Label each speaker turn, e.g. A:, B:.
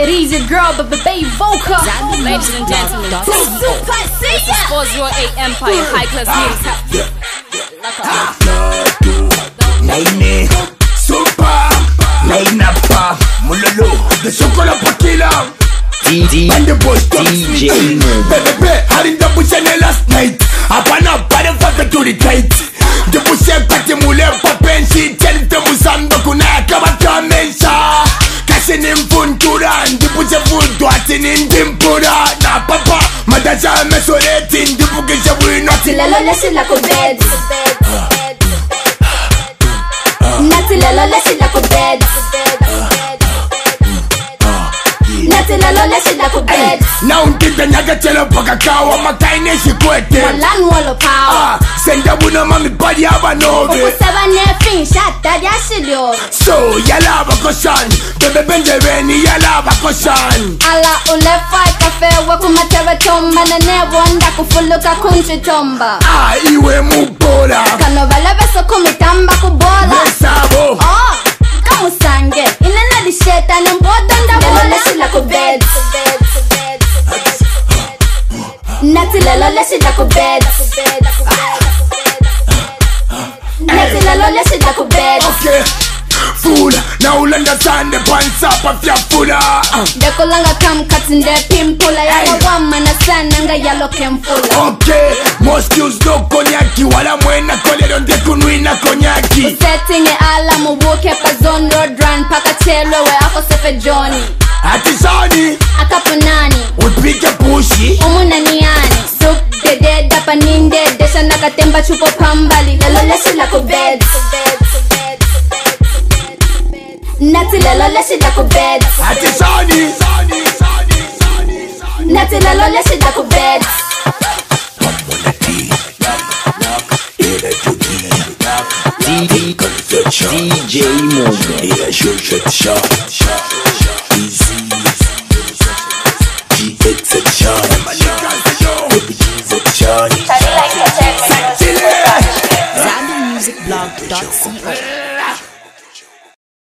A: It is your girl, but baby vocal. Oh,
B: Ladies and gentlemen,
A: This is Super Saiyan.
B: 408 Empire High Class Music.
C: Laine Super Laina Pa Mulolo The Sokola Pakila
D: DJ
C: And the boys talk
D: DJ
C: sweet Bebe Harin the bush and last night Apana Bare Fata to the tight The bush and Pati Mule Papen She tell the Musando Kuna Kaba Kamensha Kashin in Puntura And the bush and Food Dwatin in Timpura Na Papa Madaja Mesoretin The bush and Food
A: Natilala sila ko bed. Natilala sila ko bed. Natilala sila ko bed.
C: Now ngibe nyakatshela bhakakawa makayine xikwete
A: Walan walo power.
C: Ah, sendabuna mami badi abanove
A: Ukusaba nefin shata yashilyo.
C: so yalava koshan bebebe ndleveni yalava koshan
A: Ala ule fight cafe wakumatera tomba na newonda kufuluka kunchi tomba.
C: Ah, a iwe mubola
A: Kanovala beso kumitamba kubola.
C: esavo
A: Oh, kamusange inene lisheta nembodo ndaboleshilakubedu natilelo leshilakubedu natilelo leshilakubedu
C: okay fula na ulanda sande pansapa fyafula Ah,
A: ndekulanga kamkati ndepimpula yakawamana sananga yalokemfula
C: okay moscus no konyaki wala mwena kolero ndekunwina konyaki
A: setinye alamu buke pazon rodran pakachelwewe akosefe joni
C: atisani
A: akapunani
C: upike pushi
A: umunaniyani sukdededa panindedesha nakatemba chupo pambali leloleshilakubed nati leloleshilakubed
C: atisani
A: nati leloleshilakubed
D: DJ DJ Momo
C: Yeah, shoot, shoot, shot, shot.